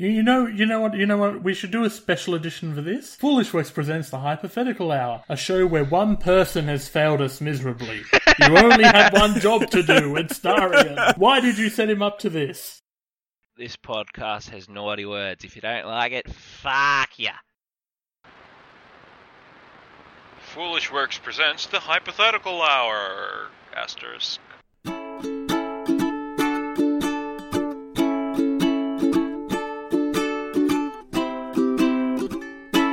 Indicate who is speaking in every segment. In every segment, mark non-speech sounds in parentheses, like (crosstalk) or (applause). Speaker 1: You you know, you know what, you know what. We should do a special edition for this. Foolish West presents the Hypothetical Hour, a show where one person has failed us miserably. You only had one job to do, and Starion. Why did you set him up to this?
Speaker 2: This podcast has naughty words. If you don't like it, fuck ya.
Speaker 3: Foolish Works presents the Hypothetical Hour. Asterisk.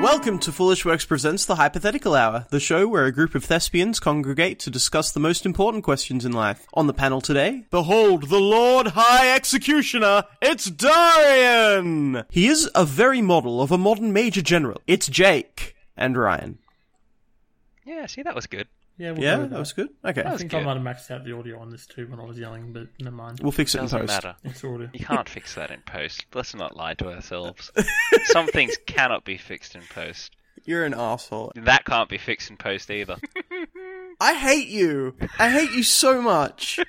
Speaker 4: Welcome to Foolish Works Presents The Hypothetical Hour, the show where a group of thespians congregate to discuss the most important questions in life. On the panel today, behold the Lord High Executioner, it's Darian! He is a very model of a modern major general. It's Jake and Ryan.
Speaker 2: Yeah, see, that was good.
Speaker 1: Yeah, we'll
Speaker 4: Yeah,
Speaker 1: go with
Speaker 4: that was good. Okay.
Speaker 1: I
Speaker 2: was
Speaker 1: think I
Speaker 2: good.
Speaker 1: might have maxed out the audio on this too when I was yelling, but never mind.
Speaker 4: (laughs) We'll fix it in
Speaker 2: Doesn't
Speaker 4: post.
Speaker 2: matter.
Speaker 1: It's audio.
Speaker 2: You can't fix that in post. Let's not lie to
Speaker 1: (laughs)
Speaker 2: ourselves. Some things cannot be fixed in post.
Speaker 4: You're an asshole.
Speaker 2: That can't be fixed in post either.
Speaker 4: I hate you. I hate you so much.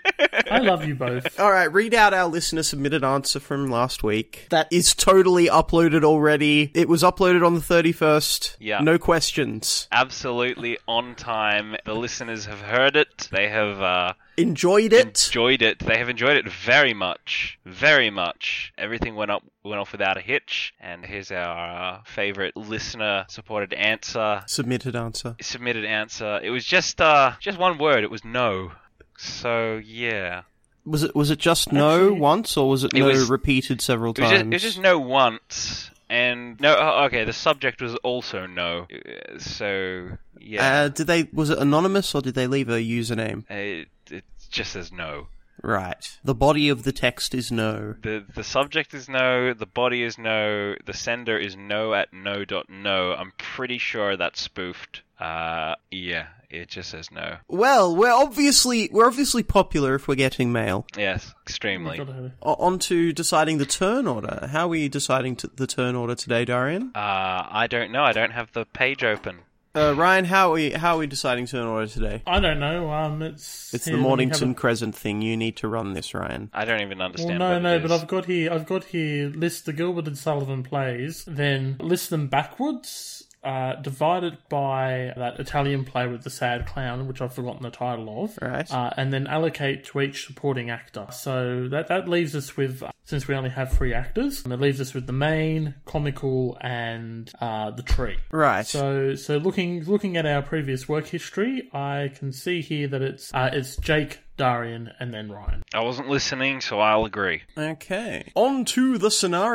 Speaker 1: I love you both.
Speaker 4: All right, read out our listener submitted answer from last week. That is totally uploaded already. It was uploaded on the 31st.
Speaker 2: Yeah.
Speaker 4: No questions.
Speaker 2: Absolutely on time. The listeners have heard it. They have uh,
Speaker 4: Enjoyed it.
Speaker 2: enjoyed it. They have enjoyed it very much, very much. Everything went up, went off without a hitch. And here's our uh, favorite listener-supported answer,
Speaker 4: submitted answer.
Speaker 2: submitted answer. It was just, uh, just one word. It was no. So yeah,
Speaker 4: Was it was it just no
Speaker 1: Actually-
Speaker 4: once or was it,
Speaker 2: It
Speaker 4: no
Speaker 2: was-
Speaker 4: repeated several
Speaker 2: it was,
Speaker 4: times?
Speaker 2: just, it was just no once. And no, oh, okay. The subject was also no. Uh, So
Speaker 4: Uh,
Speaker 2: yeah,
Speaker 4: did they was it anonymous or did they leave a username?
Speaker 2: it, it just says no.
Speaker 4: Right. The body of the text is no.
Speaker 2: The the subject is no, the body is no, the sender is no at no dot no. I'm pretty sure that's spoofed. Uh, yeah, it just says no.
Speaker 4: Well, we're obviously we're obviously popular if we're getting mail.
Speaker 2: Yes,
Speaker 1: Oh my
Speaker 2: extremely.
Speaker 1: God, I heard it.
Speaker 4: O- on to deciding the turn order. How are we deciding t- the turn order today, Darian?
Speaker 2: Uh, I don't know. I don't have the page open.
Speaker 4: Uh, Ryan, how are we how are we deciding turn order today?
Speaker 1: I don't know. Um, it's
Speaker 4: It's
Speaker 1: here, let me
Speaker 4: the
Speaker 1: have
Speaker 4: Mornington
Speaker 1: a-
Speaker 4: Crescent thing. You need to run this, Ryan.
Speaker 2: I don't even
Speaker 1: Well,
Speaker 2: understand.
Speaker 1: no,
Speaker 2: what
Speaker 1: no,
Speaker 2: it
Speaker 1: but
Speaker 2: is.
Speaker 1: I've got here, I've got here, list the Gilbert and Sullivan plays, then list them backwards, uh, divide it by that Italian play with the sad clown, which I've forgotten the title of,
Speaker 4: Right.
Speaker 1: uh, and then allocate to each supporting actor. So that that leaves us with, uh, since we only have three actors, and it leaves us with the main, comical, and uh, the tree.
Speaker 4: Right.
Speaker 1: So, so looking looking at our previous work history, I can see here that it's uh, it's Jake, Darian, and then Ryan.
Speaker 2: I wasn't listening, so I'll agree.
Speaker 4: Okay. On to the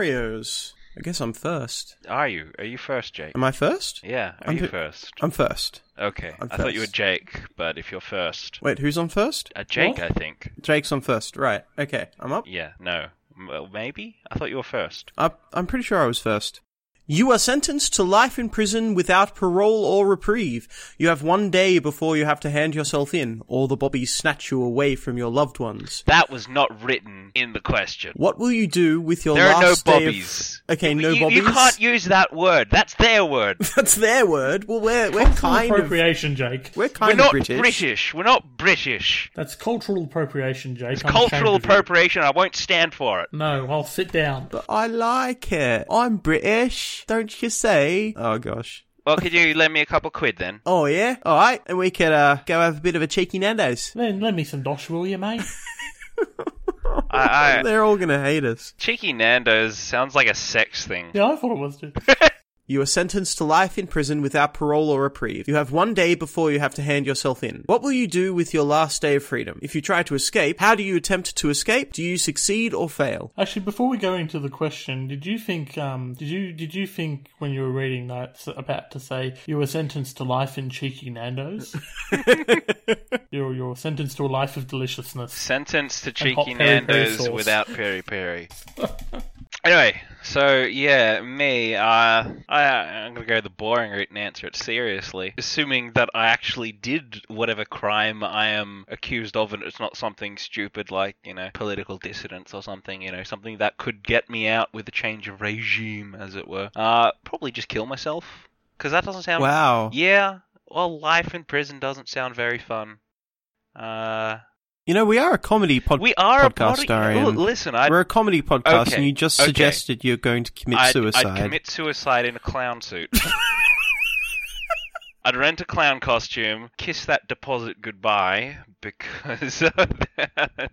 Speaker 4: scenarios. I guess I'm first.
Speaker 2: Are you? Are you first, Jake?
Speaker 4: Am I first?
Speaker 2: Yeah, are
Speaker 4: I'm
Speaker 2: you
Speaker 4: pi-
Speaker 2: first?
Speaker 4: I'm first.
Speaker 2: Okay,
Speaker 4: I'm
Speaker 2: I thought you were
Speaker 4: first.
Speaker 2: Jake, but if you're first,
Speaker 4: Wait, who's on first?
Speaker 2: uh, Jake,
Speaker 1: What?
Speaker 2: I think.
Speaker 4: Jake's on first. Right. Okay. I'm up.
Speaker 2: Yeah, no, M- well, maybe. I thought you were first.
Speaker 4: Up. I'm pretty sure I was first. You are sentenced to life in prison without parole or reprieve. You have one day before you have to hand yourself in, or the bobbies snatch you away from your loved ones.
Speaker 2: That was not written in the question.
Speaker 4: What will you do with your
Speaker 2: there are no
Speaker 4: last day of-
Speaker 2: bobbies.
Speaker 4: Okay, no
Speaker 2: you,
Speaker 4: bobbies.
Speaker 2: You
Speaker 4: (laughs)
Speaker 2: can't use that word. That's their word.
Speaker 4: That's their word. Well, we're we're
Speaker 1: Cultural
Speaker 4: kind of
Speaker 1: appropriation, Jake.
Speaker 4: we're
Speaker 2: We're
Speaker 4: (laughs) kind
Speaker 2: not
Speaker 4: of British.
Speaker 2: We're not British.
Speaker 1: That's cultural appropriation, Jake.
Speaker 2: It's
Speaker 1: I'm
Speaker 2: cultural
Speaker 1: ashamed of you.
Speaker 2: appropriation. I won't stand for it.
Speaker 1: No, I'll sit down.
Speaker 4: But I like it. I'm British, don't you say? Oh gosh.
Speaker 2: Well, could
Speaker 4: (laughs)
Speaker 2: you lend me a couple quid then?
Speaker 4: Oh yeah. All right, and we could uh, go have a bit of a cheeky Nando's. (laughs)
Speaker 1: Then lend me some dosh, will you, mate? (laughs)
Speaker 2: I, I,
Speaker 4: They're all gonna hate us.
Speaker 2: cheeky Nando's sounds like a sex thing.
Speaker 1: yeah, I thought it was too.
Speaker 4: You are sentenced to life in prison without parole or reprieve. You have one day before you have to hand yourself in. What will you do with your last day of freedom? If you try to escape, how do you attempt to escape? Do you succeed or fail?
Speaker 1: Actually, before we go into the question, did you think, um, did you did you think when you were reading that s- about to say you were sentenced to life in cheeky Nando's? you're you're sentenced to a life of deliciousness.
Speaker 2: Sentence to
Speaker 1: hot
Speaker 2: cheeky
Speaker 1: peri peri
Speaker 2: Nando's
Speaker 1: sauce.
Speaker 2: without
Speaker 1: (laughs)
Speaker 2: peri peri. anyway, so yeah, me, uh, I, I'm gonna go the boring route and answer it seriously, assuming that I actually did whatever crime I am accused of, and it's not something stupid like you know political dissidence or something, you know, something that could get me out with a change of regime, as it were. Uh, probably just kill myself, because that
Speaker 4: (laughs)
Speaker 2: doesn't sound
Speaker 4: Wow.
Speaker 2: yeah, well, life in prison doesn't sound very fun. Uh,
Speaker 4: You know, we are a comedy pod-
Speaker 2: We are
Speaker 4: podcast,
Speaker 2: a body.
Speaker 4: Arian.
Speaker 2: Look, Listen, I,
Speaker 4: We're a comedy podcast,
Speaker 2: Okay,
Speaker 4: and you just
Speaker 2: okay.
Speaker 4: suggested you're going to commit
Speaker 2: I'd,
Speaker 4: suicide.
Speaker 2: I'd commit suicide in a clown
Speaker 4: (laughs)
Speaker 2: suit. I'd rent a clown costume, kiss that deposit goodbye because (laughs)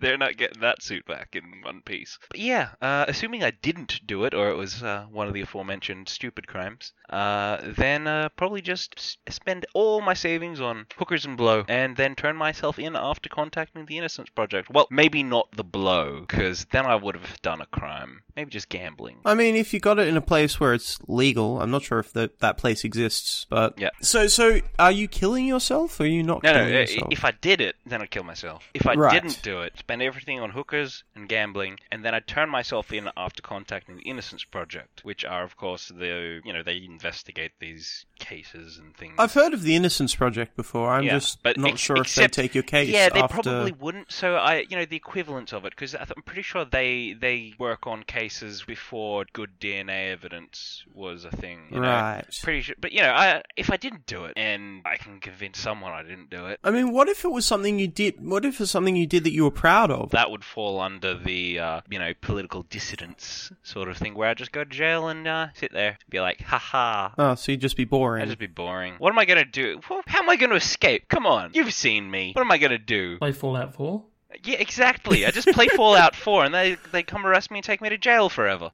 Speaker 2: they're not getting that suit back in one piece. But yeah, uh, assuming I didn't do it, or it was uh, one of the aforementioned stupid crimes, uh, then uh, probably just s- spend all my savings on hookers and blow, and then turn myself in after contacting the Innocence Project. Well, maybe not the blow, because then I would have done a crime. Maybe just gambling.
Speaker 4: I mean, if you got it in a place where it's legal, I'm not sure if tha- that place exists, but
Speaker 2: Yeah.
Speaker 4: So, so are you killing yourself, or are you not?
Speaker 2: No, no.
Speaker 4: killing
Speaker 2: i-
Speaker 4: yourself?
Speaker 2: If I did it, then I'd kill myself. If I
Speaker 4: Right.
Speaker 2: didn't do it, spend everything on hookers and gambling, and then I'd turn myself in after contacting the Innocence Project, which are, of course, the you know they investigate these cases and things.
Speaker 4: I've heard of the Innocence Project before. I'm
Speaker 2: Yeah,
Speaker 4: just
Speaker 2: but
Speaker 4: not
Speaker 2: ex-
Speaker 4: sure
Speaker 2: except-
Speaker 4: if they take your case.
Speaker 2: Yeah, they
Speaker 4: after...
Speaker 2: probably wouldn't. So I, you know, the equivalent of it, because I'm pretty sure they they work on cases before good DNA evidence was a thing. you know.
Speaker 4: Right.
Speaker 2: Pretty sure, but you know, I, if I didn't do it, and I can convince someone I didn't do it,
Speaker 4: I mean, what if it was something you did? What if it's something you did that you were proud of?
Speaker 2: that would fall under the uh, you know political dissidence sort of thing where I just go to jail and uh, sit there and be like haha
Speaker 4: Oh, so you'd just be boring.
Speaker 2: that'd just be boring what am I gonna do Wha- how am I gonna escape come on you've seen me what am I gonna do
Speaker 1: Play Fallout 4.
Speaker 2: yeah exactly I
Speaker 4: (laughs)
Speaker 2: just play Fallout 4 and they they come arrest me and take me to jail
Speaker 4: (laughs)
Speaker 2: forever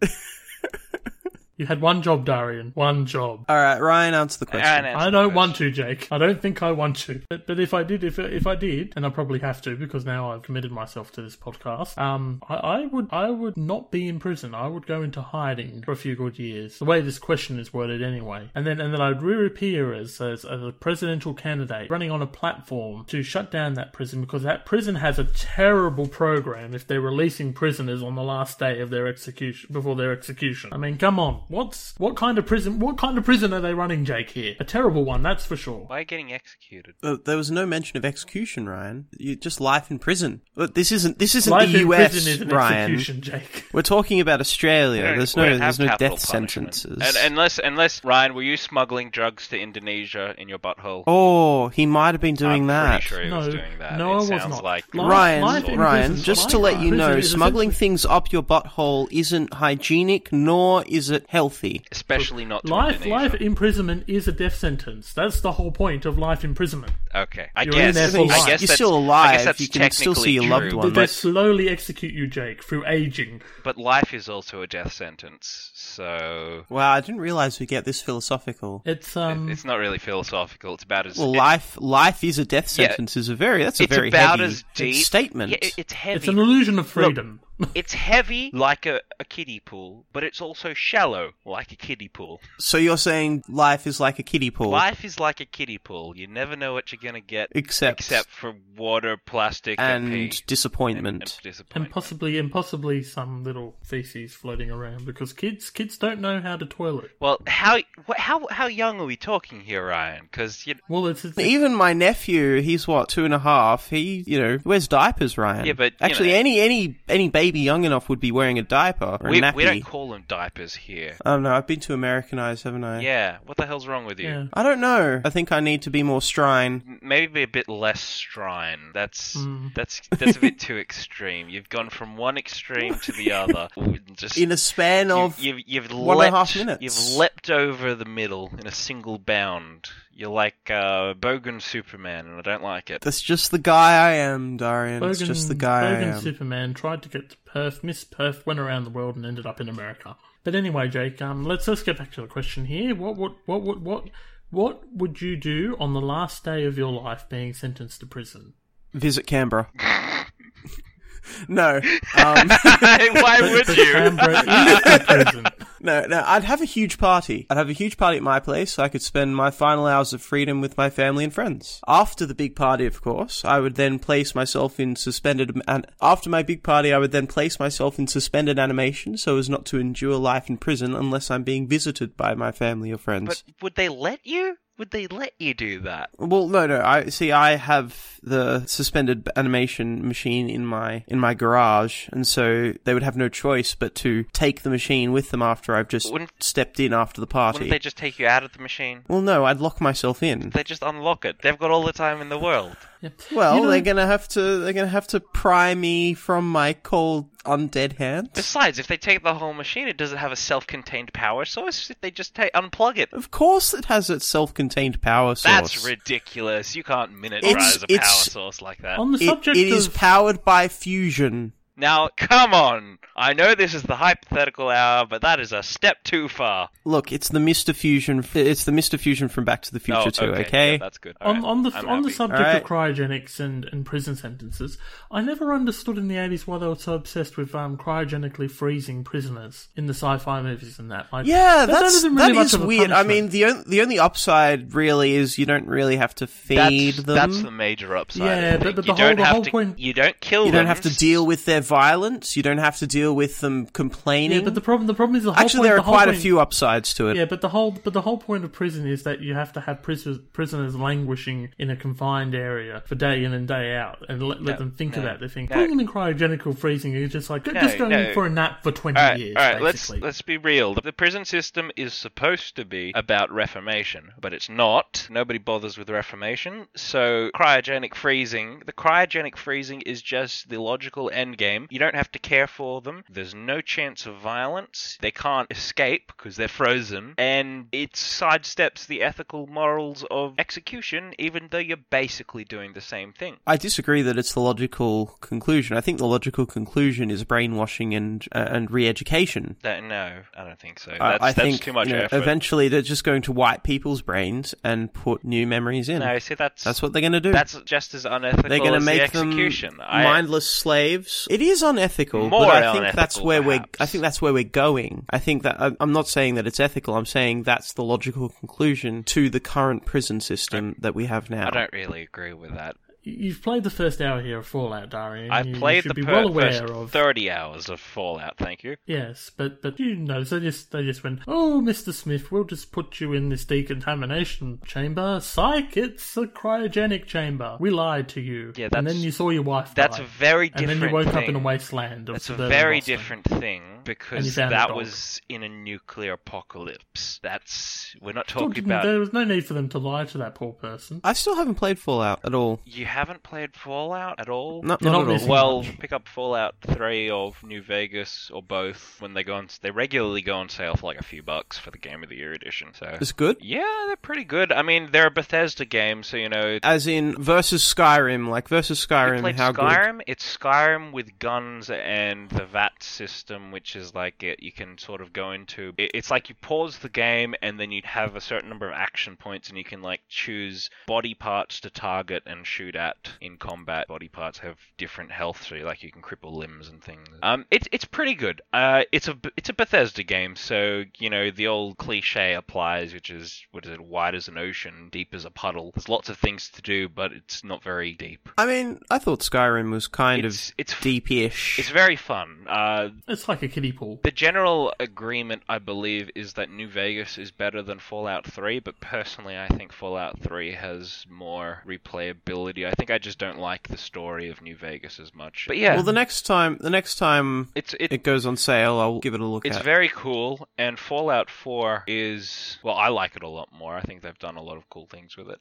Speaker 1: You had one job, Darian. One job.
Speaker 4: All right, Ryan, answer the question.
Speaker 2: And that's
Speaker 1: I
Speaker 2: the
Speaker 1: don't
Speaker 2: question.
Speaker 1: want to, Jake. I don't think I want to. But but if I did, if if I did, and I probably have to because now I've committed myself to this podcast. Um, I, I would I would not be in prison. I would go into hiding for a few good years. The way this question is worded, anyway. And then and then I'd reappear as as, as a presidential candidate running on a platform to shut down that prison because that prison has a terrible program if they're releasing prisoners on the last day of their execution before their execution. I mean, come on. What's what kind of prison what kind of prison are they running, Jake here? A terrible one, that's for sure.
Speaker 2: why are you getting executed
Speaker 4: Uh, there was no mention of execution, Ryan. You, just life in prison. But this isn't this isn't
Speaker 1: Life
Speaker 4: the
Speaker 1: in
Speaker 4: US,
Speaker 1: prison is an
Speaker 4: Ryan.
Speaker 1: execution, Jake.
Speaker 4: We're talking about Australia.
Speaker 2: We don't-
Speaker 4: There's
Speaker 2: we
Speaker 4: no
Speaker 2: don't have
Speaker 4: there's no
Speaker 2: capital
Speaker 4: death
Speaker 2: punishment.
Speaker 4: sentences.
Speaker 2: and, unless unless Ryan were you smuggling drugs to Indonesia in your butthole
Speaker 4: Oh, he might have been doing
Speaker 2: I'm
Speaker 4: that.
Speaker 2: Pretty sure he
Speaker 1: No,
Speaker 2: was doing that.
Speaker 1: no, I
Speaker 2: it
Speaker 1: was
Speaker 2: sounds
Speaker 1: not.
Speaker 2: like
Speaker 1: Life-
Speaker 4: Ryan,
Speaker 1: life in
Speaker 4: Ryan,
Speaker 1: prison-
Speaker 4: just
Speaker 1: life
Speaker 4: to let
Speaker 1: in
Speaker 4: you know,
Speaker 1: prison is
Speaker 4: smuggling
Speaker 1: essentially-
Speaker 4: things up your butthole isn't hygienic, nor is it healthy.
Speaker 2: especially not to
Speaker 1: Life
Speaker 2: Indonesia.
Speaker 1: life imprisonment is a death sentence. That's the whole point of life imprisonment.
Speaker 2: Okay, I
Speaker 1: You're in
Speaker 2: guess.
Speaker 1: there for
Speaker 2: I
Speaker 1: life.
Speaker 2: guess
Speaker 4: You're
Speaker 2: that's-
Speaker 4: still
Speaker 2: I
Speaker 4: alive,
Speaker 2: guess that's
Speaker 4: you can still see
Speaker 2: technically
Speaker 4: your loved
Speaker 2: true,
Speaker 4: one.
Speaker 1: They,
Speaker 4: Unless-
Speaker 1: they
Speaker 2: But,
Speaker 1: slowly execute you, Jake, through aging.
Speaker 2: but life is also a death sentence, so
Speaker 4: Wow, I didn't realize we get this philosophical.
Speaker 1: It's um
Speaker 2: it's not really philosophical. It's about as
Speaker 4: Well,
Speaker 2: it-
Speaker 4: life life is a death
Speaker 2: Yeah.
Speaker 4: sentence is a very that's a
Speaker 2: It's
Speaker 4: very
Speaker 2: about
Speaker 4: heavy
Speaker 2: as deep
Speaker 4: statement.
Speaker 2: Yeah, it- it's heavy.
Speaker 1: It's an illusion of freedom.
Speaker 2: It's heavy like a, a kiddie pool, but it's also shallow like a kiddie pool.
Speaker 4: so you're saying life is like a kiddie pool,
Speaker 2: Life is like a kiddie pool. You never know what you're gonna get,
Speaker 4: except
Speaker 2: except for water, plastic, and,
Speaker 4: and
Speaker 2: pee. And-
Speaker 4: disappointment.
Speaker 2: and disappointment.
Speaker 1: and possibly and possibly some little feces floating around because kids kids don't know how to toilet.
Speaker 2: Well, how wh- how how young are we talking here, Ryan? Because you
Speaker 1: Well, it's, it's
Speaker 4: Even my nephew, he's what two and a half. He, you know, wears diapers, Ryan.
Speaker 2: Yeah, but, you
Speaker 4: actually,
Speaker 2: know-
Speaker 4: any any any baby young enough would be wearing a diaper or
Speaker 2: we,
Speaker 4: a nappy. Uh,
Speaker 2: we don't call them diapers here.
Speaker 4: I don't know. I've been too Americanized, haven't I?
Speaker 2: Yeah, what the hell's wrong with you?
Speaker 1: yeah.
Speaker 4: I don't know. I think I need to be more strine.
Speaker 2: M- Maybe be a bit less strine. That's
Speaker 1: Mm.
Speaker 2: that's that's a bit too extreme. You've gone from one extreme to
Speaker 4: (laughs)
Speaker 2: the other. Just
Speaker 4: In a span
Speaker 2: you,
Speaker 4: of
Speaker 2: you've you've
Speaker 4: one and a half
Speaker 2: leapt-
Speaker 4: minutes.
Speaker 2: You've leapt over the middle in a single bound. You're like uh, Bogan Superman, and I don't like
Speaker 4: (laughs)
Speaker 2: it. (laughs)
Speaker 4: that's just the guy I am, Darian. it's
Speaker 1: Bogan-
Speaker 4: just the guy um, I
Speaker 1: Bogan
Speaker 4: am.
Speaker 1: Superman tried to get to Perth, missed Perth, went around the world, and ended up in America. But anyway, Jake, um, let's let's get back to the question here. What what what what what what would you do on the last day of your life, being sentenced to prison?
Speaker 2: (laughs)
Speaker 4: Visit Canberra. no, um,
Speaker 2: Why would
Speaker 1: But
Speaker 2: you?
Speaker 1: Canberra is the
Speaker 4: (laughs)
Speaker 1: prison.
Speaker 4: no, no. I'd have a huge party. I'd have a huge party at my place, so I could spend my final hours of freedom with my family and friends. After the big party, of course, I would then place myself in suspended. And after my big party, I would then place myself in suspended animation, so as not to endure life in prison unless I'm being visited by my family or friends.
Speaker 2: But would they let you? Would they let you do that?
Speaker 4: Well, no, no. I see. I have the suspended animation machine in my in my garage, and so they would have no choice but to take the machine with them after I've just
Speaker 2: Wouldn't-
Speaker 4: stepped in after the party.
Speaker 2: Wouldn't they just take you out of the machine?
Speaker 4: well, no, I'd lock myself in.
Speaker 2: They just unlock it. They've got all the time in the world.
Speaker 4: Well,
Speaker 1: You know-
Speaker 4: they're gonna have to they're gonna have to pry me from my cold undead hands.
Speaker 2: Besides, if they take the whole machine, it doesn't have a self-contained power source. If they just ta unplug it,
Speaker 4: Of course, it has its self-contained power source.
Speaker 2: that's ridiculous. You can't
Speaker 4: It's-
Speaker 2: miniaturize a power
Speaker 4: it's-
Speaker 2: source like that.
Speaker 1: On the
Speaker 4: It,
Speaker 1: subject
Speaker 4: it is
Speaker 1: of
Speaker 4: powered by fusion.
Speaker 2: Now, come on. I know this is the hypothetical hour, but that is a step too far.
Speaker 4: Look, it's the Mister Fusion. f- It's the Mister Fusion from Back to the Future
Speaker 2: oh,
Speaker 4: too.
Speaker 2: okay,
Speaker 4: Okay.
Speaker 2: yeah, that's good.
Speaker 1: on,
Speaker 2: Alright,
Speaker 1: on the
Speaker 2: I'm
Speaker 1: on the
Speaker 2: happy.
Speaker 1: subject
Speaker 4: All
Speaker 1: of
Speaker 4: right.
Speaker 1: cryogenics and, and prison sentences, I never understood in the eighties why they were so obsessed with um, cryogenically freezing prisoners in the sci-fi movies and that. Like, that-
Speaker 4: yeah,
Speaker 1: that
Speaker 4: that's
Speaker 1: isn't really
Speaker 4: that
Speaker 1: much
Speaker 4: is
Speaker 1: of a
Speaker 4: weird. I
Speaker 1: punishment.
Speaker 4: mean, the on- the only upside really is you don't really have to feed
Speaker 2: That's,
Speaker 4: them.
Speaker 2: that's the major upside.
Speaker 1: Yeah,
Speaker 2: I
Speaker 1: but-
Speaker 2: think.
Speaker 1: but the
Speaker 2: you
Speaker 1: whole-
Speaker 2: don't
Speaker 1: the
Speaker 2: have
Speaker 1: whole
Speaker 2: to,
Speaker 1: point-
Speaker 2: You don't kill
Speaker 4: you
Speaker 2: them.
Speaker 4: don't have to deal with their violence. You don't have to deal with them complaining.
Speaker 1: yeah, but the problem the problem is the whole
Speaker 4: Actually,
Speaker 1: point,
Speaker 4: there
Speaker 1: the
Speaker 4: are
Speaker 1: whole
Speaker 4: quite a
Speaker 1: point-
Speaker 4: few upsides to it.
Speaker 1: Yeah, but the whole but the whole point of prison is that you have to have prisoners, prisoners languishing in a confined area for day in and day out, and let, let them think
Speaker 2: no,
Speaker 1: about their thing.
Speaker 2: no.
Speaker 1: Putting them in cryogenical freezing is just like just going
Speaker 2: no.
Speaker 1: for a nap for twenty
Speaker 2: All right,
Speaker 1: years.
Speaker 2: all right. Let's
Speaker 1: basically.
Speaker 2: let's be real. The prison system is supposed to be about reformation, but it's not. Nobody bothers with reformation. So cryogenic freezing. The cryogenic freezing is just the logical end game. You don't have to care for them. There's no chance of violence. They can't escape because they're frozen, and it sidesteps the ethical morals of execution, even though you're basically doing the same thing.
Speaker 4: I disagree that it's the logical conclusion. I think the logical conclusion is brainwashing and uh, and re-education.
Speaker 2: That, no, I don't think so. That's,
Speaker 4: I I
Speaker 2: that's
Speaker 4: think
Speaker 2: too much
Speaker 4: you know,
Speaker 2: effort.
Speaker 4: eventually they're just going to wipe people's brains and put new memories in.
Speaker 2: no, see that's
Speaker 4: That's what they're going to do.
Speaker 2: That's just as unethical
Speaker 4: they're going to
Speaker 2: as
Speaker 4: make
Speaker 2: the
Speaker 4: them
Speaker 2: execution. I-
Speaker 4: mindless slaves. It is unethical,
Speaker 2: More
Speaker 4: but I think
Speaker 2: unethical,
Speaker 4: that's where
Speaker 2: perhaps.
Speaker 4: we're. I think that's where we're going. I think that I- I'm not saying that it's ethical. I'm saying that's the logical conclusion to the current prison system that we have now.
Speaker 2: I don't really agree with that.
Speaker 1: You've played the first hour here of Fallout, Darian.
Speaker 2: I've
Speaker 1: you, you
Speaker 2: played
Speaker 1: should
Speaker 2: the
Speaker 1: be
Speaker 2: per-
Speaker 1: well aware
Speaker 2: first
Speaker 1: of.
Speaker 2: 30 hours of Fallout, thank you.
Speaker 1: Yes, but but you know, they just they just went, oh, Mister Smith, we'll just put you in this decontamination chamber. Psych, it's a cryogenic chamber. We lied to you.
Speaker 2: Yeah,
Speaker 1: and
Speaker 2: that's-
Speaker 1: then you saw your wife.
Speaker 2: that's
Speaker 1: die.
Speaker 2: a very
Speaker 1: And then
Speaker 2: different
Speaker 1: you woke up in
Speaker 2: thing.
Speaker 1: a wasteland. Of
Speaker 2: That's a
Speaker 1: suburban
Speaker 2: very
Speaker 1: Boston.
Speaker 2: different thing because
Speaker 1: found a
Speaker 2: that
Speaker 1: dog.
Speaker 2: was in a nuclear apocalypse. That's we're not
Speaker 1: Still
Speaker 2: talking
Speaker 1: didn't- There
Speaker 2: about.
Speaker 1: was no need for them to lie to that poor person.
Speaker 4: I still haven't played Fallout at all.
Speaker 2: You haven't played Fallout at all.
Speaker 4: Not,
Speaker 1: You're
Speaker 4: not
Speaker 1: not
Speaker 4: at all.
Speaker 1: missing
Speaker 2: Well,
Speaker 1: much.
Speaker 2: pick up Fallout 3 or New Vegas or both when they go on. They regularly go on sale for like a few bucks for the Game of the Year edition. So
Speaker 4: It's good.
Speaker 2: yeah, they're pretty good. I mean, they're a Bethesda game, so you know
Speaker 4: As in versus Skyrim, like versus
Speaker 2: We
Speaker 4: Skyrim,
Speaker 2: played
Speaker 4: how good?
Speaker 2: Skyrim. It's Skyrim with guns and the VAT system, which is like it. You can sort of go into. It, it's like you pause the game and then you have a certain number of action points, and you can like choose body parts to target and shoot at in combat. Body parts have different health, so like you can cripple limbs and things. Um, it's it's pretty good. Uh, it's a it's a Bethesda game, so you know the old cliche applies, which is what is it? Wide as an ocean, deep as a puddle. There's lots of things to do, but it's not very deep.
Speaker 4: I mean, I thought Skyrim was kind
Speaker 2: It's-
Speaker 4: of
Speaker 2: it's-
Speaker 4: deep-ish.
Speaker 2: It's very fun. Uh,
Speaker 1: It's like a kiddie pool.
Speaker 2: the general agreement, I believe, is that New Vegas is better than Fallout 3, but personally, I think Fallout 3 has more replayability. I think I just don't like the story of New Vegas as much. But yeah,
Speaker 4: Well, the next time, the next time
Speaker 2: it's it,
Speaker 4: it goes on sale, I'll give it a look
Speaker 2: it's
Speaker 4: at.
Speaker 2: very cool, and Fallout 4 is well, I like it a lot more. I think they've done a lot of cool things with it.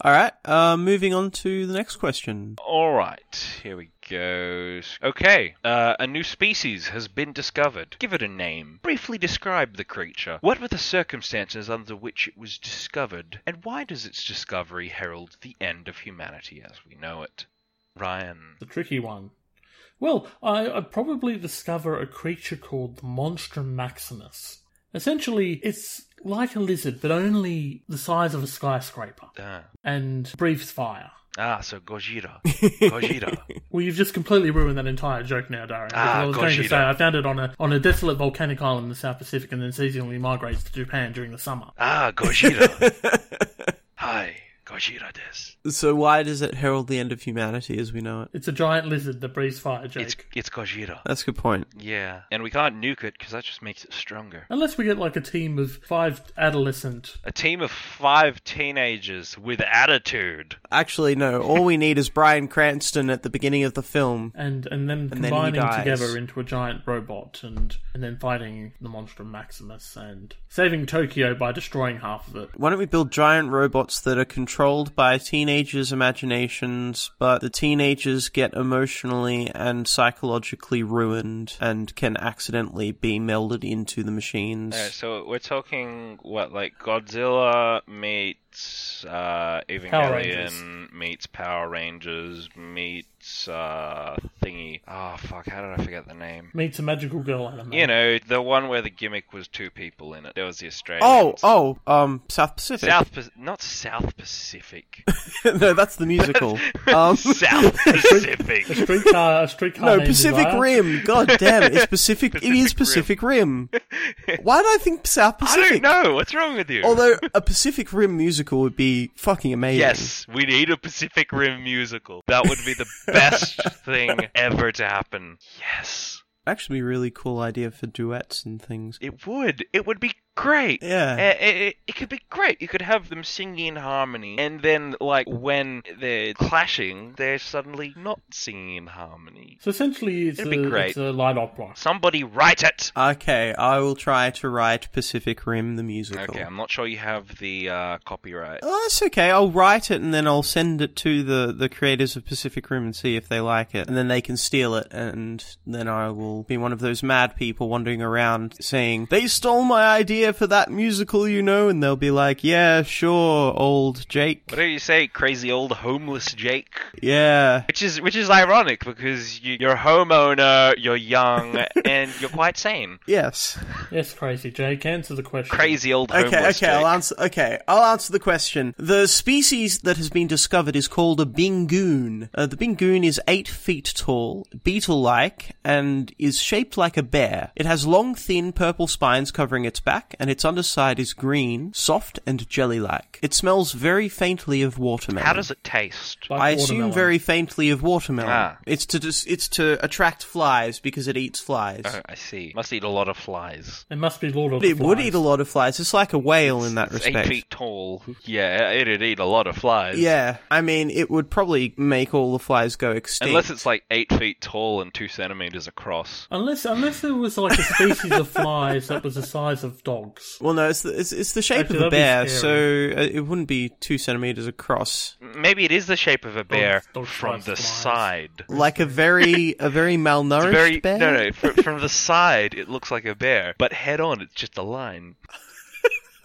Speaker 4: All right. Uh, moving on to the next question.
Speaker 2: All right, here we go. Okay, uh, a new species has been discovered. Give it a name. Briefly describe the creature. What were the circumstances under which it was discovered, and why does its discovery herald the end of humanity as we know it? Ryan.
Speaker 1: The tricky one. Well, I, I'd probably discover a creature called the Monstrum maximus. Essentially, it's like a lizard, but only the size of a skyscraper,
Speaker 2: Uh,
Speaker 1: and breathes fire.
Speaker 2: ah, so Gojira. Gojira.
Speaker 1: Well, you've just completely ruined that entire joke now, Darian. because
Speaker 2: Ah,
Speaker 1: I was
Speaker 2: God,
Speaker 1: going
Speaker 2: she
Speaker 1: to say
Speaker 2: done.
Speaker 1: I found it on a on a desolate volcanic island in the South Pacific, and then seasonally migrates to Japan during the summer.
Speaker 2: Ah, Gojira. Hi, Gojira des.
Speaker 4: so, why does it herald the end of humanity as we know it?
Speaker 1: It's a giant lizard that breathes fire, Jake.
Speaker 2: It's, it's Gojira.
Speaker 4: That's a good point.
Speaker 2: Yeah. And we can't nuke it because that just makes it stronger.
Speaker 1: Unless we get like a team of five adolescent.
Speaker 2: A team of five teenagers with attitude.
Speaker 4: Actually, no. All we need is Brian Cranston at the beginning of the film.
Speaker 1: And, and then
Speaker 4: then he
Speaker 1: combining
Speaker 4: dies.
Speaker 1: together into a giant robot and, and then fighting the Monstrum Maximus and saving Tokyo by destroying half of it.
Speaker 4: Why don't we build giant robots that are controlled by teenagers' imaginations, but the teenagers get emotionally and psychologically ruined and can accidentally be melded into the machines.
Speaker 2: Alright, so we're talking what, like Godzilla meets uh,
Speaker 1: Power
Speaker 2: Evangelion
Speaker 1: Rangers.
Speaker 2: meets Power Rangers meets uh, thingy. Oh fuck, how did I forget the name?
Speaker 1: Meets a magical girl anime.
Speaker 2: You know, the one where the gimmick was two people in it. There was the Australian.
Speaker 4: Oh, oh, um, South Pacific.
Speaker 2: South, Pac- not South Pacific.
Speaker 4: (laughs) no, that's
Speaker 2: (laughs)
Speaker 4: the musical. Um,
Speaker 2: South
Speaker 1: A
Speaker 2: Pacific.
Speaker 1: streetcar, a streetcar.
Speaker 4: (laughs) no,
Speaker 1: named
Speaker 4: Pacific
Speaker 1: Desire.
Speaker 4: Rim. God damn it, it's Pacific. it is
Speaker 2: Pacific
Speaker 4: Pacific Rim. (laughs) Why did I think South
Speaker 2: I
Speaker 4: Pacific? Oh,
Speaker 2: don't know. What's wrong with you?
Speaker 4: Although a Pacific Rim musical would be fucking amazing.
Speaker 2: Yes, we need a Pacific Rim musical. That would be the
Speaker 4: (laughs)
Speaker 2: best thing ever to happen. Yes,
Speaker 4: actually, be a really cool idea for duets and things.
Speaker 2: it would. It would be great.
Speaker 4: Yeah.
Speaker 2: Eh, It, it, it could be great. You could have them singing in harmony, and then, like, when they're clashing, they're suddenly not singing in harmony.
Speaker 1: So essentially, it's, a,
Speaker 2: It'd be great.
Speaker 1: it's a light opera.
Speaker 2: Somebody write it!
Speaker 4: Okay, I will try to write Pacific Rim the musical.
Speaker 2: Okay, I'm not sure you have the uh, copyright.
Speaker 4: Oh, that's okay. I'll write it and then I'll send it to the, the creators of Pacific Rim and see if they like it. And then they can steal it and then I will be one of those mad people wandering around saying, They stole my idea for that musical, you know? And they'll be like, Yeah, sure, old Jake.
Speaker 2: What do you say, crazy old homeless Jake?
Speaker 4: Yeah.
Speaker 2: Which is which is ironic because you, you're a homeowner, you're
Speaker 4: (laughs)
Speaker 2: young, and you're quite sane.
Speaker 4: Yes.
Speaker 1: Yes, crazy Jake, answer the question.
Speaker 2: Crazy old homeless
Speaker 4: Okay, okay,
Speaker 2: Jake.
Speaker 4: I'll answer. Okay, I'll answer the question. The species that has been discovered is called a bingoon. Uh, the bingoon is eight feet tall, beetle-like, and is shaped like a bear. It has long, thin, purple spines covering its back, and its underside is green, soft, and jelly-like. It smells very faintly of watermelon.
Speaker 2: How does it taste? Oh,
Speaker 1: Like
Speaker 4: I assume
Speaker 1: watermelon.
Speaker 4: very faintly of watermelon.
Speaker 2: Ah.
Speaker 4: It's to dis- it's to attract flies because it eats flies.
Speaker 2: Oh, I see. Must eat a lot of flies.
Speaker 1: It must be Lord of
Speaker 4: But
Speaker 1: the
Speaker 4: it would
Speaker 1: Flies.
Speaker 4: eat a lot of flies. It's like a whale in that
Speaker 2: It's
Speaker 4: respect.
Speaker 2: eight feet tall. Yeah, it'd eat a lot of flies.
Speaker 4: Yeah, I mean, it would probably make all the flies go extinct.
Speaker 2: Unless it's like eight feet tall and two centimeters across.
Speaker 1: Unless, unless it was like a species of flies that was the size of dogs.
Speaker 4: well, no, it's the, it's, it's the shape
Speaker 1: Actually,
Speaker 4: of a bear,
Speaker 1: that'd be
Speaker 4: so uh, it wouldn't be two centimeters across.
Speaker 2: Maybe it is the shape of a bear
Speaker 1: don't
Speaker 2: from
Speaker 1: trust
Speaker 2: the
Speaker 1: flies.
Speaker 2: side.
Speaker 4: Like
Speaker 2: (laughs)
Speaker 4: a very a very malnourished
Speaker 2: It's very
Speaker 4: bear.
Speaker 2: no no fr- from the side it looks like a bear, but head on it's just a line.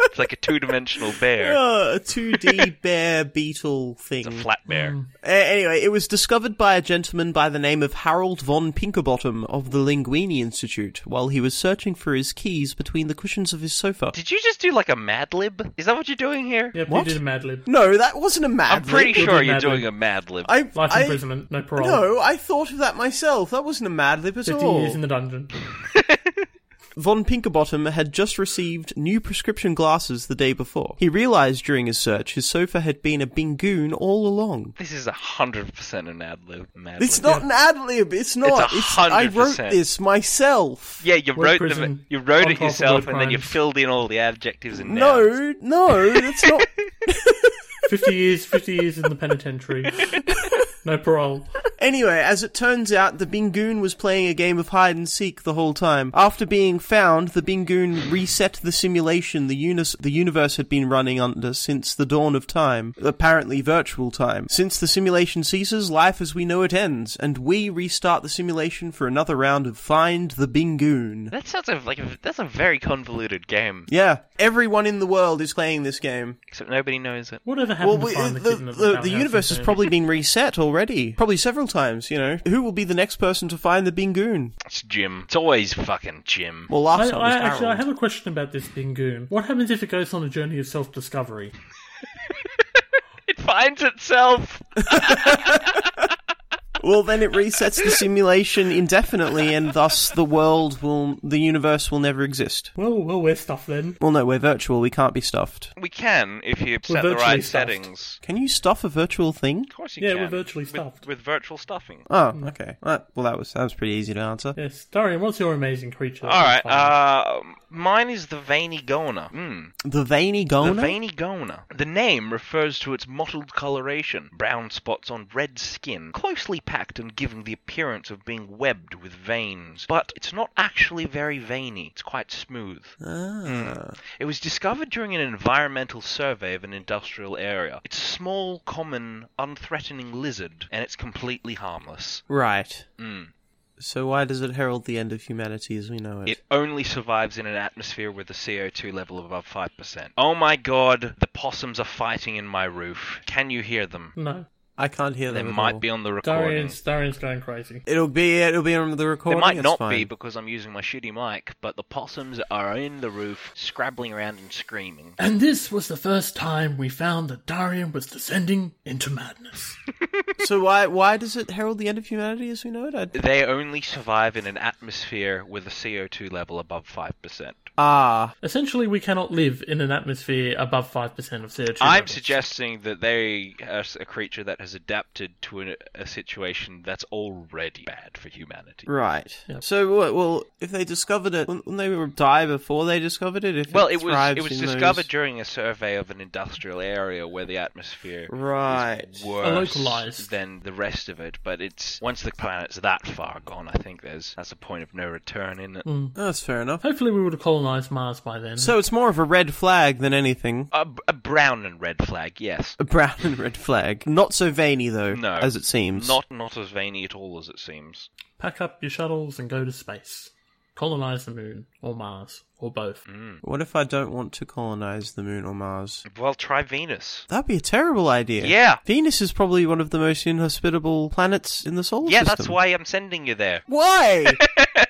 Speaker 2: it's like a two-dimensional bear.
Speaker 4: (laughs) Uh,
Speaker 2: (laughs)
Speaker 4: a 2D bear beetle thing.
Speaker 2: It's a flat bear.
Speaker 4: Mm. A- anyway, it was discovered by a gentleman by the name of Harold von Pinkerbottom of the Linguini Institute while he was searching for his keys between the cushions of his sofa.
Speaker 2: Did you just do like a Mad Lib? Is that what you're doing here?
Speaker 1: Yep,
Speaker 4: What?
Speaker 1: you did a Mad Lib.
Speaker 4: No, that wasn't a mad
Speaker 2: I'm pretty
Speaker 4: lib.
Speaker 1: You'll
Speaker 2: sure
Speaker 1: do
Speaker 2: you're
Speaker 1: Mad
Speaker 2: doing
Speaker 1: Lib.
Speaker 2: a Mad Lib.
Speaker 4: I,
Speaker 1: Life
Speaker 4: I,
Speaker 1: imprisonment, no parole.
Speaker 4: No, I thought of that myself. That wasn't a Mad Lib at
Speaker 1: 50
Speaker 4: all.
Speaker 1: years in the dungeon.
Speaker 4: Von Pinkerbottom had just received new prescription glasses the day before. He realized during his search his sofa had been a bingoon all along.
Speaker 2: This is hundred percent an ad lib. Mad
Speaker 4: It's
Speaker 2: Lib.
Speaker 4: not an ad lib. It's not.
Speaker 2: It's a
Speaker 4: I
Speaker 2: hundred
Speaker 4: wrote
Speaker 2: percent.
Speaker 4: this myself.
Speaker 2: Yeah, you
Speaker 1: Word
Speaker 2: wrote the,
Speaker 1: prison,
Speaker 2: you wrote
Speaker 1: on
Speaker 2: it
Speaker 1: top of
Speaker 2: yourself,
Speaker 1: word
Speaker 2: and then you
Speaker 1: crimes.
Speaker 2: filled in all the adjectives and nouns.
Speaker 4: No, no, that's
Speaker 2: (laughs)
Speaker 4: not.
Speaker 1: 50 years, 50 years in the penitentiary. No parole.
Speaker 4: Anyway, as it turns out, the Bingoon was playing a game of hide and seek the whole time. After being found, the Bingoon reset the simulation the, unis- the universe had been running under since the dawn of time, apparently virtual time. Since the simulation ceases, life as we know it ends, and we restart the simulation for another round of Find the Bingoon.
Speaker 2: That sounds of- like a, that's a very convoluted game.
Speaker 4: Yeah, everyone in the world is playing this game.
Speaker 2: Except nobody knows it.
Speaker 1: Whatever happened
Speaker 4: Well,
Speaker 1: to
Speaker 4: we,
Speaker 1: find
Speaker 4: the,
Speaker 1: the,
Speaker 4: the,
Speaker 1: kitten at the,
Speaker 4: the,
Speaker 1: powerhouse
Speaker 4: universe
Speaker 1: and
Speaker 4: has
Speaker 1: say,
Speaker 4: probably been reset already. Probably several times, you know. Who will be the next person to find the Bingoon?
Speaker 2: It's Jim. It's always fucking Jim.
Speaker 4: Well, last
Speaker 1: I,
Speaker 4: time was
Speaker 1: I, actually, I
Speaker 4: Harold.
Speaker 1: have a question about this Bingoon. What happens if it goes on a journey of self-discovery?
Speaker 2: It finds itself.
Speaker 4: Well, then it resets the simulation indefinitely, and thus the world will, the universe will never exist.
Speaker 1: Well, well, we're stuffed then.
Speaker 4: Well, no, we're virtual. We can't be stuffed.
Speaker 2: We can if you set the
Speaker 1: virtually
Speaker 2: right
Speaker 1: stuffed.
Speaker 2: settings.
Speaker 4: Can you stuff a virtual thing?
Speaker 2: Of course you
Speaker 1: Yeah,
Speaker 2: can.
Speaker 1: we're virtually
Speaker 2: With-
Speaker 1: stuffed.
Speaker 2: with virtual stuffing.
Speaker 4: Oh,
Speaker 1: Hmm.
Speaker 4: okay. Uh, well, that was that was pretty easy to answer.
Speaker 1: Yes, Darian, what's your amazing creature? that
Speaker 2: All right.
Speaker 1: you find?
Speaker 2: Uh, mine is the veiny goner. Mm.
Speaker 4: The veiny
Speaker 2: The
Speaker 4: goner.
Speaker 2: veiny goner. The name refers to its mottled coloration, brown spots on red skin, closely compact and giving the appearance of being webbed with veins. But it's not actually very veiny, it's quite smooth.
Speaker 4: Ah.
Speaker 2: It was discovered during an environmental survey of an industrial area. It's a small, common, unthreatening lizard, and it's completely harmless.
Speaker 4: Right.
Speaker 2: Mm.
Speaker 4: So why does it herald the end of humanity as we know it?
Speaker 2: It only survives in an atmosphere with a CO2 level above 5%. Oh my god, the possums are fighting in my roof. Can you hear them?
Speaker 1: No.
Speaker 4: I can't hear
Speaker 2: They
Speaker 4: them. at
Speaker 2: might
Speaker 4: all.
Speaker 2: be on the recording.
Speaker 1: Darian's, Darian's going crazy.
Speaker 4: It'll be. It'll be on the
Speaker 2: They
Speaker 4: recording.
Speaker 2: might
Speaker 4: it's
Speaker 2: not be
Speaker 4: fine.
Speaker 2: because I'm using my shitty mic, but the possums are in the roof, scrabbling around and screaming.
Speaker 1: And this was the first time we found that Darian was descending into madness.
Speaker 4: so why why does it herald the end of humanity as we know it? I...
Speaker 2: They only survive in an atmosphere with a CO2 level above 5%.
Speaker 4: Ah,
Speaker 1: Essentially, we cannot live in an atmosphere above 5% of CO2.
Speaker 2: I'm
Speaker 1: levels.
Speaker 2: suggesting that they are a creature that has adapted to a, a situation that's already bad for humanity.
Speaker 4: right.
Speaker 1: Yep.
Speaker 4: So well, well, if they discovered it, wouldn't they die before they discovered it? If
Speaker 2: Well, it was
Speaker 4: thrives
Speaker 2: it was
Speaker 4: in those-
Speaker 2: discovered during a survey of an industrial area where the atmosphere
Speaker 4: Right.
Speaker 2: is worse
Speaker 1: localized.
Speaker 2: than the rest of it. But it's once the planet's that far gone, I think there's that's a point of no return in it.
Speaker 4: Oh, that's fair enough.
Speaker 1: Hmm. Hopefully, we would have colonized Mars by then.
Speaker 4: So it's more of a red flag than anything.
Speaker 2: A, a brown and red flag, yes.
Speaker 4: A brown and red flag. Not so veiny though,
Speaker 2: No,
Speaker 4: as it seems.
Speaker 2: Not not as veiny at all as it seems.
Speaker 1: Pack up your shuttles and go to space. Colonize the moon, or Mars, or both.
Speaker 4: What if I don't want to colonize the moon or Mars?
Speaker 2: Hmm. Well, try Venus.
Speaker 4: That'd be a terrible idea.
Speaker 2: Yeah.
Speaker 4: Venus is probably one of the most inhospitable planets in the solar
Speaker 2: Yeah,
Speaker 4: system.
Speaker 2: that's why I'm sending you there. (laughs)
Speaker 4: Why?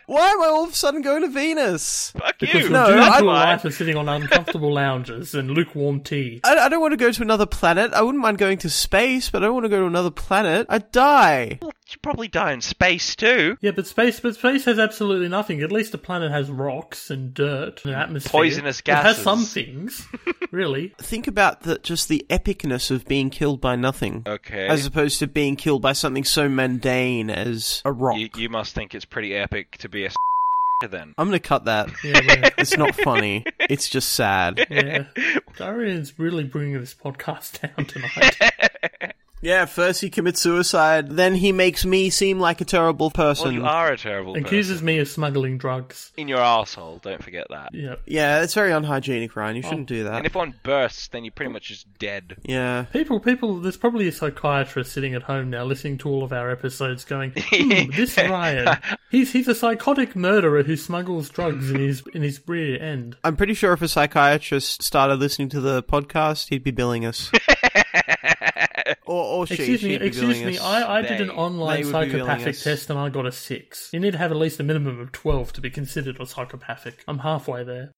Speaker 4: why am I all of a sudden going to Venus?
Speaker 2: Fuck
Speaker 1: Because
Speaker 2: you.
Speaker 1: your
Speaker 4: No,
Speaker 1: dutiful
Speaker 4: I-
Speaker 1: life is sitting on
Speaker 4: (laughs)
Speaker 1: uncomfortable lounges and lukewarm tea.
Speaker 4: I, I don't want to go to another planet. I wouldn't mind going to space, but I don't want to go to another planet. I'd die.
Speaker 2: Well, you probably die in space too.
Speaker 1: Yeah, but space, but space has absolutely nothing. At least the planet has rocks and dirt and an atmosphere.
Speaker 2: Poisonous
Speaker 1: It has
Speaker 2: gases.
Speaker 1: some
Speaker 2: (laughs)
Speaker 1: things, really.
Speaker 4: Think about the, just the epicness of being killed by nothing,
Speaker 2: Okay.
Speaker 4: as opposed to being killed by something so mundane as a rock.
Speaker 2: you, you must think it's pretty epic to be a (laughs) then.
Speaker 4: I'm going to cut that.
Speaker 1: Yeah, yeah,
Speaker 4: It's not
Speaker 2: (laughs)
Speaker 4: funny. It's just sad.
Speaker 1: yeah. Darian's really bringing this podcast down tonight.
Speaker 4: Yeah, first he commits suicide, then he makes me seem like a terrible person.
Speaker 2: Well, Oh, you are a terrible person.
Speaker 1: Accuses me of smuggling drugs.
Speaker 2: In your asshole. Don't forget that.
Speaker 1: Yeah.
Speaker 4: Yeah, it's very unhygienic, Ryan. You shouldn't do that.
Speaker 2: Oh. And if one bursts, then you're pretty much just dead.
Speaker 4: Yeah.
Speaker 1: People, people, there's probably a psychiatrist sitting at home now listening to all of our episodes going, hmm, this Ryan, he's, he's a psychotic murderer who smuggles drugs in his, in his rear end.
Speaker 4: I'm pretty sure if a psychiatrist started listening to the podcast, he'd be billing us. or, or she,
Speaker 1: Excuse me,
Speaker 4: she'd be
Speaker 1: excuse
Speaker 4: billing
Speaker 1: me.
Speaker 4: us.
Speaker 1: I, I did an
Speaker 2: They-
Speaker 1: online
Speaker 4: they would be billing
Speaker 1: psychopathic
Speaker 4: us.
Speaker 1: test and I got a six. You need to have at least a minimum of twelve to be considered a psychopathic. I'm halfway there.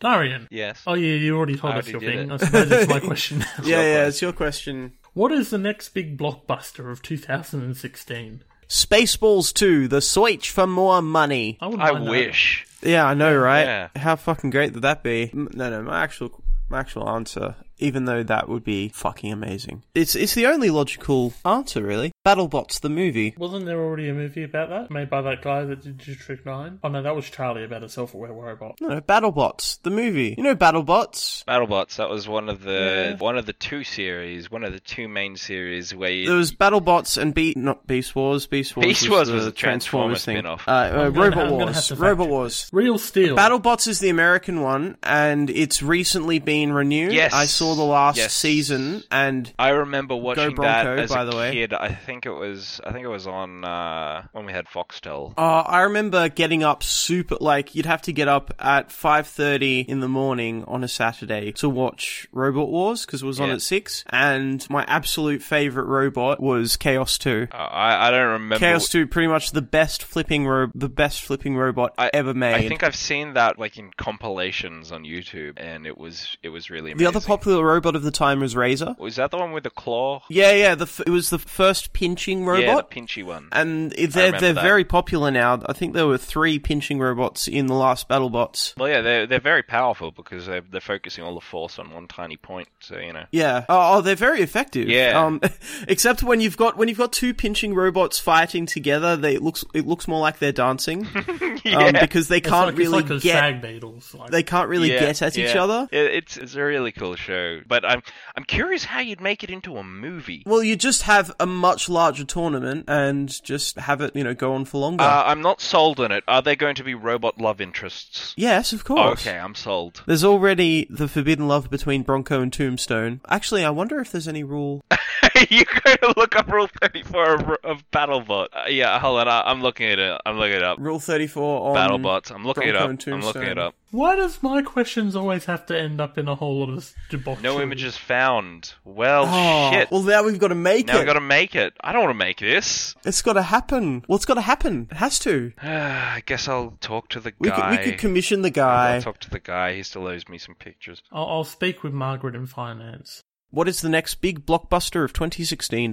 Speaker 1: Darian.
Speaker 2: Yes.
Speaker 1: Oh yeah, you already told
Speaker 2: I
Speaker 1: us your
Speaker 2: already did
Speaker 1: thing.
Speaker 2: it.
Speaker 1: I suppose it's my question now.
Speaker 4: yeah, yeah, it's your question.
Speaker 1: What is the next big blockbuster of 2016?
Speaker 4: Spaceballs 2, the switch for more money.
Speaker 1: I, wouldn't
Speaker 2: I
Speaker 1: mind that.
Speaker 2: wish.
Speaker 4: Yeah, I know, right?
Speaker 2: Yeah.
Speaker 4: How fucking great would that be? M- No, no, my actual my actual answer, even though that would be fucking amazing. It's it's the only logical answer, really. BattleBots the movie.
Speaker 1: Wasn't there already a movie about that made by that guy that did District Nine? Oh no, that was Charlie about a self-aware robot.
Speaker 4: No, BattleBots the movie. You know BattleBots?
Speaker 2: BattleBots. That was one of the one of the two series, one of the two main series where you,
Speaker 4: There was BattleBots and Be- not Beast Wars. Beast Wars.
Speaker 2: Beast Wars was
Speaker 4: the
Speaker 2: a Transformer
Speaker 4: thing.
Speaker 2: spin-off.
Speaker 4: Uh, uh,
Speaker 1: gonna- I'm
Speaker 4: Robot
Speaker 1: gonna have
Speaker 4: Wars.
Speaker 1: to fact
Speaker 4: Robot
Speaker 1: check
Speaker 4: Wars.
Speaker 1: Real Steel.
Speaker 4: BattleBots is the American one, and it's recently been renewed.
Speaker 2: Yes.
Speaker 4: I saw the last
Speaker 2: Yes.
Speaker 4: season, and
Speaker 2: I remember watching that
Speaker 4: Bronco,
Speaker 2: as
Speaker 4: by
Speaker 2: a
Speaker 4: the way.
Speaker 2: kid. I think it was I think it was on uh, when we had Foxtel.
Speaker 4: Uh, I remember getting up super like you'd have to get up at 5:30 in the morning on a Saturday to watch Robot Wars because it was on
Speaker 2: Yeah.
Speaker 4: at 6 and my absolute favorite robot was Chaos 2.
Speaker 2: Uh, I I don't remember.
Speaker 4: Chaos 2 pretty much the best flipping ro- the best flipping robot
Speaker 2: I-
Speaker 4: ever made.
Speaker 2: I think I've seen that like in compilations on YouTube, and it was it was really
Speaker 4: the
Speaker 2: amazing.
Speaker 4: other popular robot of the time was Razor.
Speaker 2: was that the one with the claw?
Speaker 4: Yeah, yeah, the f- it was the first pinching robot.
Speaker 2: Yeah, the pinchy one.
Speaker 4: and it- they're
Speaker 2: remember
Speaker 4: they're
Speaker 2: that.
Speaker 4: very popular now. I think there were three pinching robots in the last BattleBots.
Speaker 2: Well, yeah, they're they're very powerful because they're they're focusing all the force on one tiny point. So you know.
Speaker 4: Yeah. Oh, oh, they're very effective.
Speaker 2: Yeah.
Speaker 4: Um, (laughs) except when you've got when you've got two pinching robots fighting together, they it looks it looks more like
Speaker 2: (laughs)
Speaker 4: they're dancing. um, because they
Speaker 1: It's
Speaker 4: can't
Speaker 1: like,
Speaker 4: really
Speaker 1: it's like those
Speaker 4: get
Speaker 1: sag beetles. Like,
Speaker 4: they can't really
Speaker 2: Yeah,
Speaker 4: get at each
Speaker 2: yeah.
Speaker 4: other.
Speaker 2: It, it's it's a really cool show. So, but I'm I'm curious how you'd make it into a movie.
Speaker 4: Well, you just have a much larger tournament and just have it, you know, go on for longer.
Speaker 2: Uh, I'm not sold on it. Are there going to be robot love interests?
Speaker 4: yes, of course.
Speaker 2: Okay, I'm sold. (laughs)
Speaker 4: There's already the forbidden love between Bronco and Tombstone. Actually, I wonder if there's any rule.
Speaker 2: You're going to look up Rule 34 of, of BattleBot. Uh, yeah, hold on. I, I'm looking it up. I'm looking it up.
Speaker 4: Rule 34 on
Speaker 2: BattleBots. I'm looking
Speaker 4: Bronco and
Speaker 2: it up. I'm looking it
Speaker 4: Tombstone.
Speaker 2: up.
Speaker 1: Why does my questions always have to end up in a whole lot of debauchery?
Speaker 2: No images found. Well,
Speaker 4: Oh,
Speaker 2: shit.
Speaker 4: Well, now we've got to make
Speaker 2: now
Speaker 4: it.
Speaker 2: we got to make it. I don't want to make this. (sighs)
Speaker 4: It's got to happen. Well, it's got to happen. It has to.
Speaker 2: I guess I'll talk to the
Speaker 4: We could,
Speaker 2: guy.
Speaker 4: we could commission the
Speaker 2: I'll
Speaker 4: guy.
Speaker 2: talk to the guy. He still owes me some pictures.
Speaker 1: I'll, I'll speak with Margaret in finance.
Speaker 4: What is the next big blockbuster of 2016,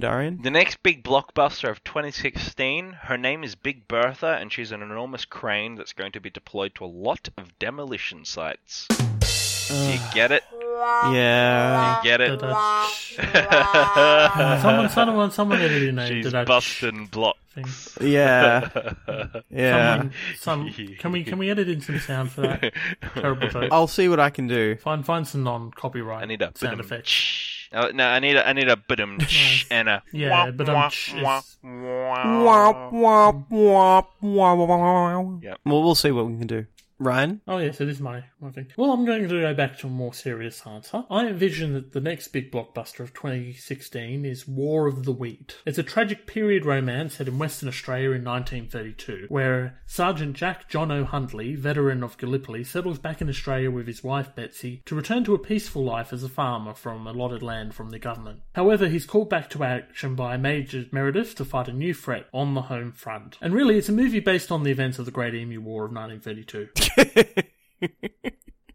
Speaker 2: (laughs)
Speaker 4: Darian?
Speaker 2: The next big blockbuster of 2016, her name is Big Bertha, and she's an enormous crane that's going to be deployed to a lot of demolition sites. Do you get it?
Speaker 4: Yeah.
Speaker 2: Get it? (laughs)
Speaker 1: Da-da. Uh, someone, someone, someone edit your name.
Speaker 2: She's
Speaker 1: Da-da.
Speaker 2: busting blocks. (laughs)
Speaker 4: Yeah. Yeah.
Speaker 1: Someone, some, can we can we edit in some sound for
Speaker 2: (laughs)
Speaker 1: that? Terrible joke.
Speaker 4: I'll see what I can do.
Speaker 1: Find find some non copyright
Speaker 2: I need a
Speaker 1: sound
Speaker 2: bidum
Speaker 1: effects.
Speaker 2: tsh. Oh, no, I need a I need a bidum tsh and a
Speaker 1: Yeah, but um, I'm
Speaker 2: Um,
Speaker 4: Womp, womp, womp, womp, womp.
Speaker 2: Yep.
Speaker 4: Well, we'll see what we can do. Ryan? (laughs)
Speaker 1: Oh yes, it is my my thing. Well, I'm going to go back to a more serious answer. I envision that the next big blockbuster of 2016 is War of the Wheat. It's a tragic period romance set in Western Australia in 1932, where Sergeant Jack John O'Huntley, veteran of Gallipoli, settles back in Australia with his wife Betsy to return to a peaceful life as a farmer from allotted land from the government. However, he's called back to action by Major Meredith to fight a new threat on the home front. And really, it's a movie based on the events of the Great Emu War of 1932.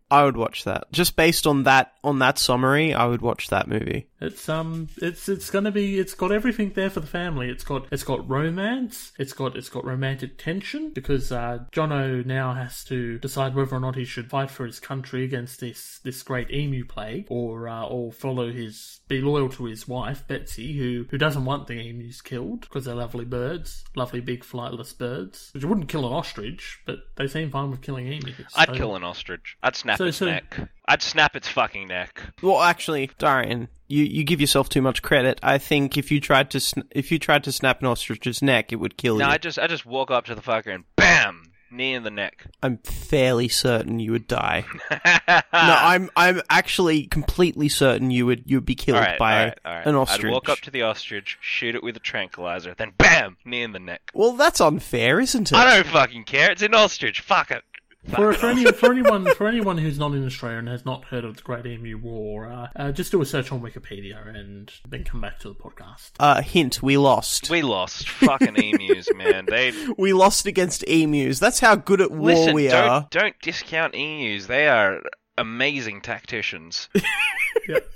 Speaker 4: I would watch that. Just based on that on that summary, I would watch that movie.
Speaker 1: It's um, it's it's gonna be. It's got everything there for the family. It's got it's got romance. It's got it's got romantic tension because uh, Jono now has to decide whether or not he should fight for his country against this this great emu plague, or uh, or follow his be loyal to his wife Betsy, who who doesn't want the emus killed because they're lovely birds, lovely big flightless birds. Which you wouldn't kill an ostrich, but they seem fine with killing emus.
Speaker 2: I'd
Speaker 1: So-
Speaker 2: kill an ostrich. I'd snap
Speaker 1: So-
Speaker 2: its
Speaker 1: so-
Speaker 2: neck. I'd snap its fucking neck.
Speaker 4: Well, actually, Darian, you, you give yourself too much credit. I think if you tried to sn- if you tried to snap an ostrich's neck, it would kill
Speaker 2: No,
Speaker 4: you.
Speaker 2: I just I just walk up to the fucker and bam, knee in the neck. (laughs)
Speaker 4: I'm fairly certain you would die. no, I'm I'm actually completely certain you would you would be killed
Speaker 2: All right,
Speaker 4: by
Speaker 2: all right, all right.
Speaker 4: an ostrich.
Speaker 2: I'd walk up to the ostrich, shoot it with a tranquilizer, then bam, knee in the neck.
Speaker 4: well, that's unfair, isn't it?
Speaker 2: I don't fucking care. It's an ostrich. Fuck it.
Speaker 1: for, for, any, for anyone for anyone who's not in Australia and has not heard of the Great Emu War, uh, uh, just do a search on Wikipedia and then come back to the podcast.
Speaker 4: Uh, hint: we lost.
Speaker 2: We lost.
Speaker 4: (laughs)
Speaker 2: Fucking emus, man. They
Speaker 4: We lost against emus. That's how good at war
Speaker 2: listen.
Speaker 4: we
Speaker 2: don't
Speaker 4: are.
Speaker 2: don't discount emus. They are amazing
Speaker 4: (laughs)
Speaker 2: tacticians.
Speaker 1: Yep.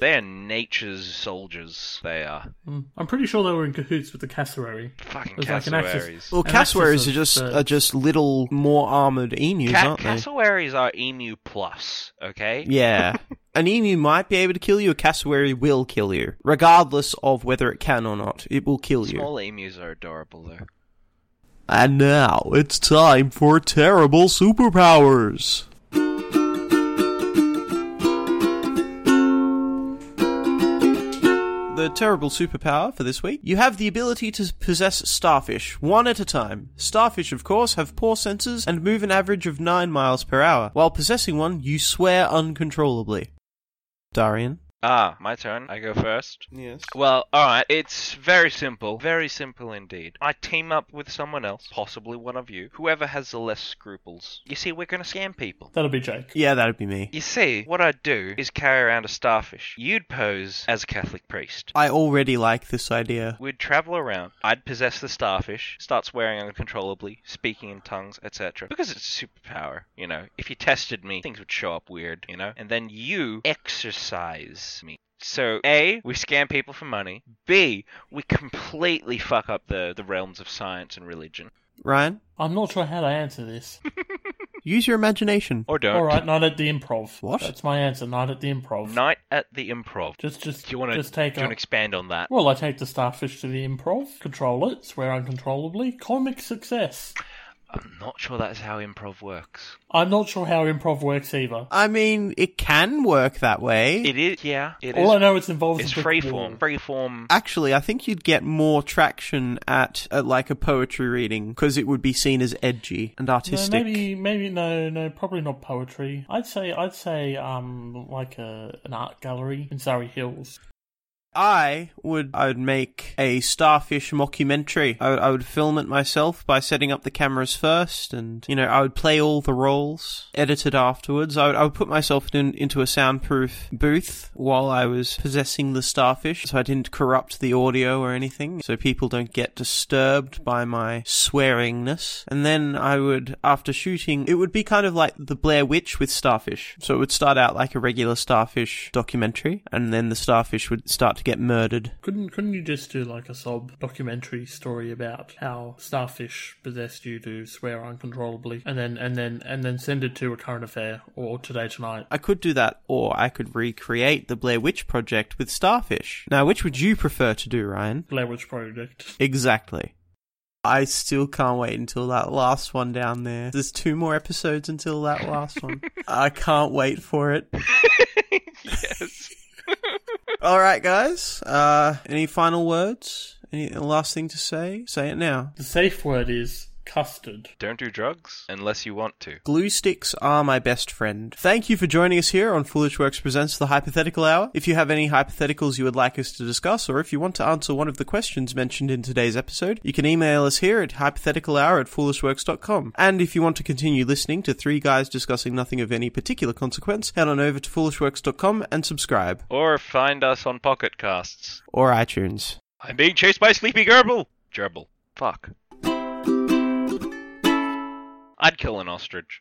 Speaker 2: They're nature's soldiers. They are
Speaker 1: Mm. I'm pretty sure they were in cahoots with the cassowary.
Speaker 2: fucking
Speaker 1: There's like an
Speaker 2: cassowaries.
Speaker 1: axis-
Speaker 4: Well,
Speaker 1: An
Speaker 4: cassowaries
Speaker 1: axis
Speaker 4: are
Speaker 1: of
Speaker 4: just
Speaker 1: birds.
Speaker 4: are just little more armored
Speaker 2: uh,
Speaker 4: emus,
Speaker 2: Ca-
Speaker 4: E aren't they?
Speaker 2: cassowaries are emu plus. Okay. (laughs)
Speaker 4: Yeah. An emu might be able to kill you, a cassowary will kill you. Regardless of whether it can or not, it will kill you.
Speaker 2: Small emus are adorable though.
Speaker 4: And now it's time for terrible superpowers. The terrible superpower for this week. You have the ability to possess starfish, one at a time. Starfish, of course, have poor senses and move an average of 9 miles per hour. While possessing one, you swear uncontrollably. Darian?
Speaker 2: Ah, my turn. I go first.
Speaker 4: Yes.
Speaker 2: Well, alright, it's very simple. Very simple indeed. I team up with someone else, possibly one of you, whoever has the less scruples. You see, we're gonna scam people.
Speaker 1: That'll be Jake.
Speaker 4: Yeah, that'd be me.
Speaker 2: You see, what I'd do is carry around a starfish. You'd pose as a Catholic priest.
Speaker 4: I already like this idea.
Speaker 2: We'd travel around. I'd possess the starfish, start swearing uncontrollably, speaking in tongues, etc. Because it's a superpower, you know. If you tested me, things would show up weird, you know. And then you exercise me. So A, we scam people for money. B, we completely fuck up the, the realms of science and religion.
Speaker 4: Ryan?
Speaker 1: I'm not sure how to answer this.
Speaker 4: Use your imagination.
Speaker 2: Or don't.
Speaker 1: All right, night at the improv.
Speaker 4: What?
Speaker 1: That's my answer. Night at the improv.
Speaker 2: Night at the improv.
Speaker 1: Just, just,
Speaker 2: Do you want to
Speaker 1: just take.
Speaker 2: do you
Speaker 1: a-
Speaker 2: wanna expand on that?
Speaker 1: well, I take the starfish to the improv, control it, swear uncontrollably, comic success.
Speaker 2: I'm not sure that's how improv works.
Speaker 1: I'm not sure how improv works either.
Speaker 4: I mean, it can work that way.
Speaker 2: It is, yeah. It is.
Speaker 1: All I know it's involved
Speaker 2: It's
Speaker 1: with- (laughs)
Speaker 2: freeform. Freeform.
Speaker 4: Actually, I think you'd get more traction at, at like a poetry reading because it would be seen as edgy and
Speaker 1: No,
Speaker 4: artistic.
Speaker 1: maybe, maybe no, no, probably not poetry. I'd say, I'd say, um, like a an art gallery in Surrey Hills.
Speaker 4: I would I would make a starfish mockumentary. I would, I would film it myself by setting up the cameras first, and you know I would play all the roles, edit it afterwards. I would, I would put myself in, into a soundproof booth while I was possessing the starfish, so I didn't corrupt the audio or anything, so people don't get disturbed by my swearingness. And then I would, after shooting, it would be kind of like the Blair Witch with starfish. So it would start out like a regular starfish documentary, and then the starfish would start to get murdered.
Speaker 1: Couldn't, couldn't you just do like a sob documentary story about how starfish possessed you to swear uncontrollably, and then, and then, and then send it to a current affair or today tonight?
Speaker 4: I could do that, or I could recreate the Blair Witch Project with starfish. Now, which would you prefer to do, Ryan?
Speaker 1: Blair Witch Project.
Speaker 4: Exactly. I still can't wait until that last one down there. There's two more episodes until that last one. I can't wait for it.
Speaker 2: yes.
Speaker 1: (laughs)
Speaker 4: All right, guys. Uh, any final words? Any last thing to say? Say it now.
Speaker 1: The safe word is custard.
Speaker 2: Don't do drugs unless you want to.
Speaker 4: Glue sticks are my best friend. Thank you for joining us here on Foolish Works Presents the Hypothetical Hour. If you have any hypotheticals you would like us to discuss, or if you want to answer one of the questions mentioned in today's episode, you can email us here at hypotheticalhour at foolishworks.com. And if you want to continue listening to three guys discussing nothing of any particular consequence, head on over to foolishworks.com and subscribe.
Speaker 2: Or find us on Pocket Casts.
Speaker 4: Or iTunes.
Speaker 2: I'm being chased by Sleepy Gerbil! Gerbil. Fuck. I'd kill an ostrich.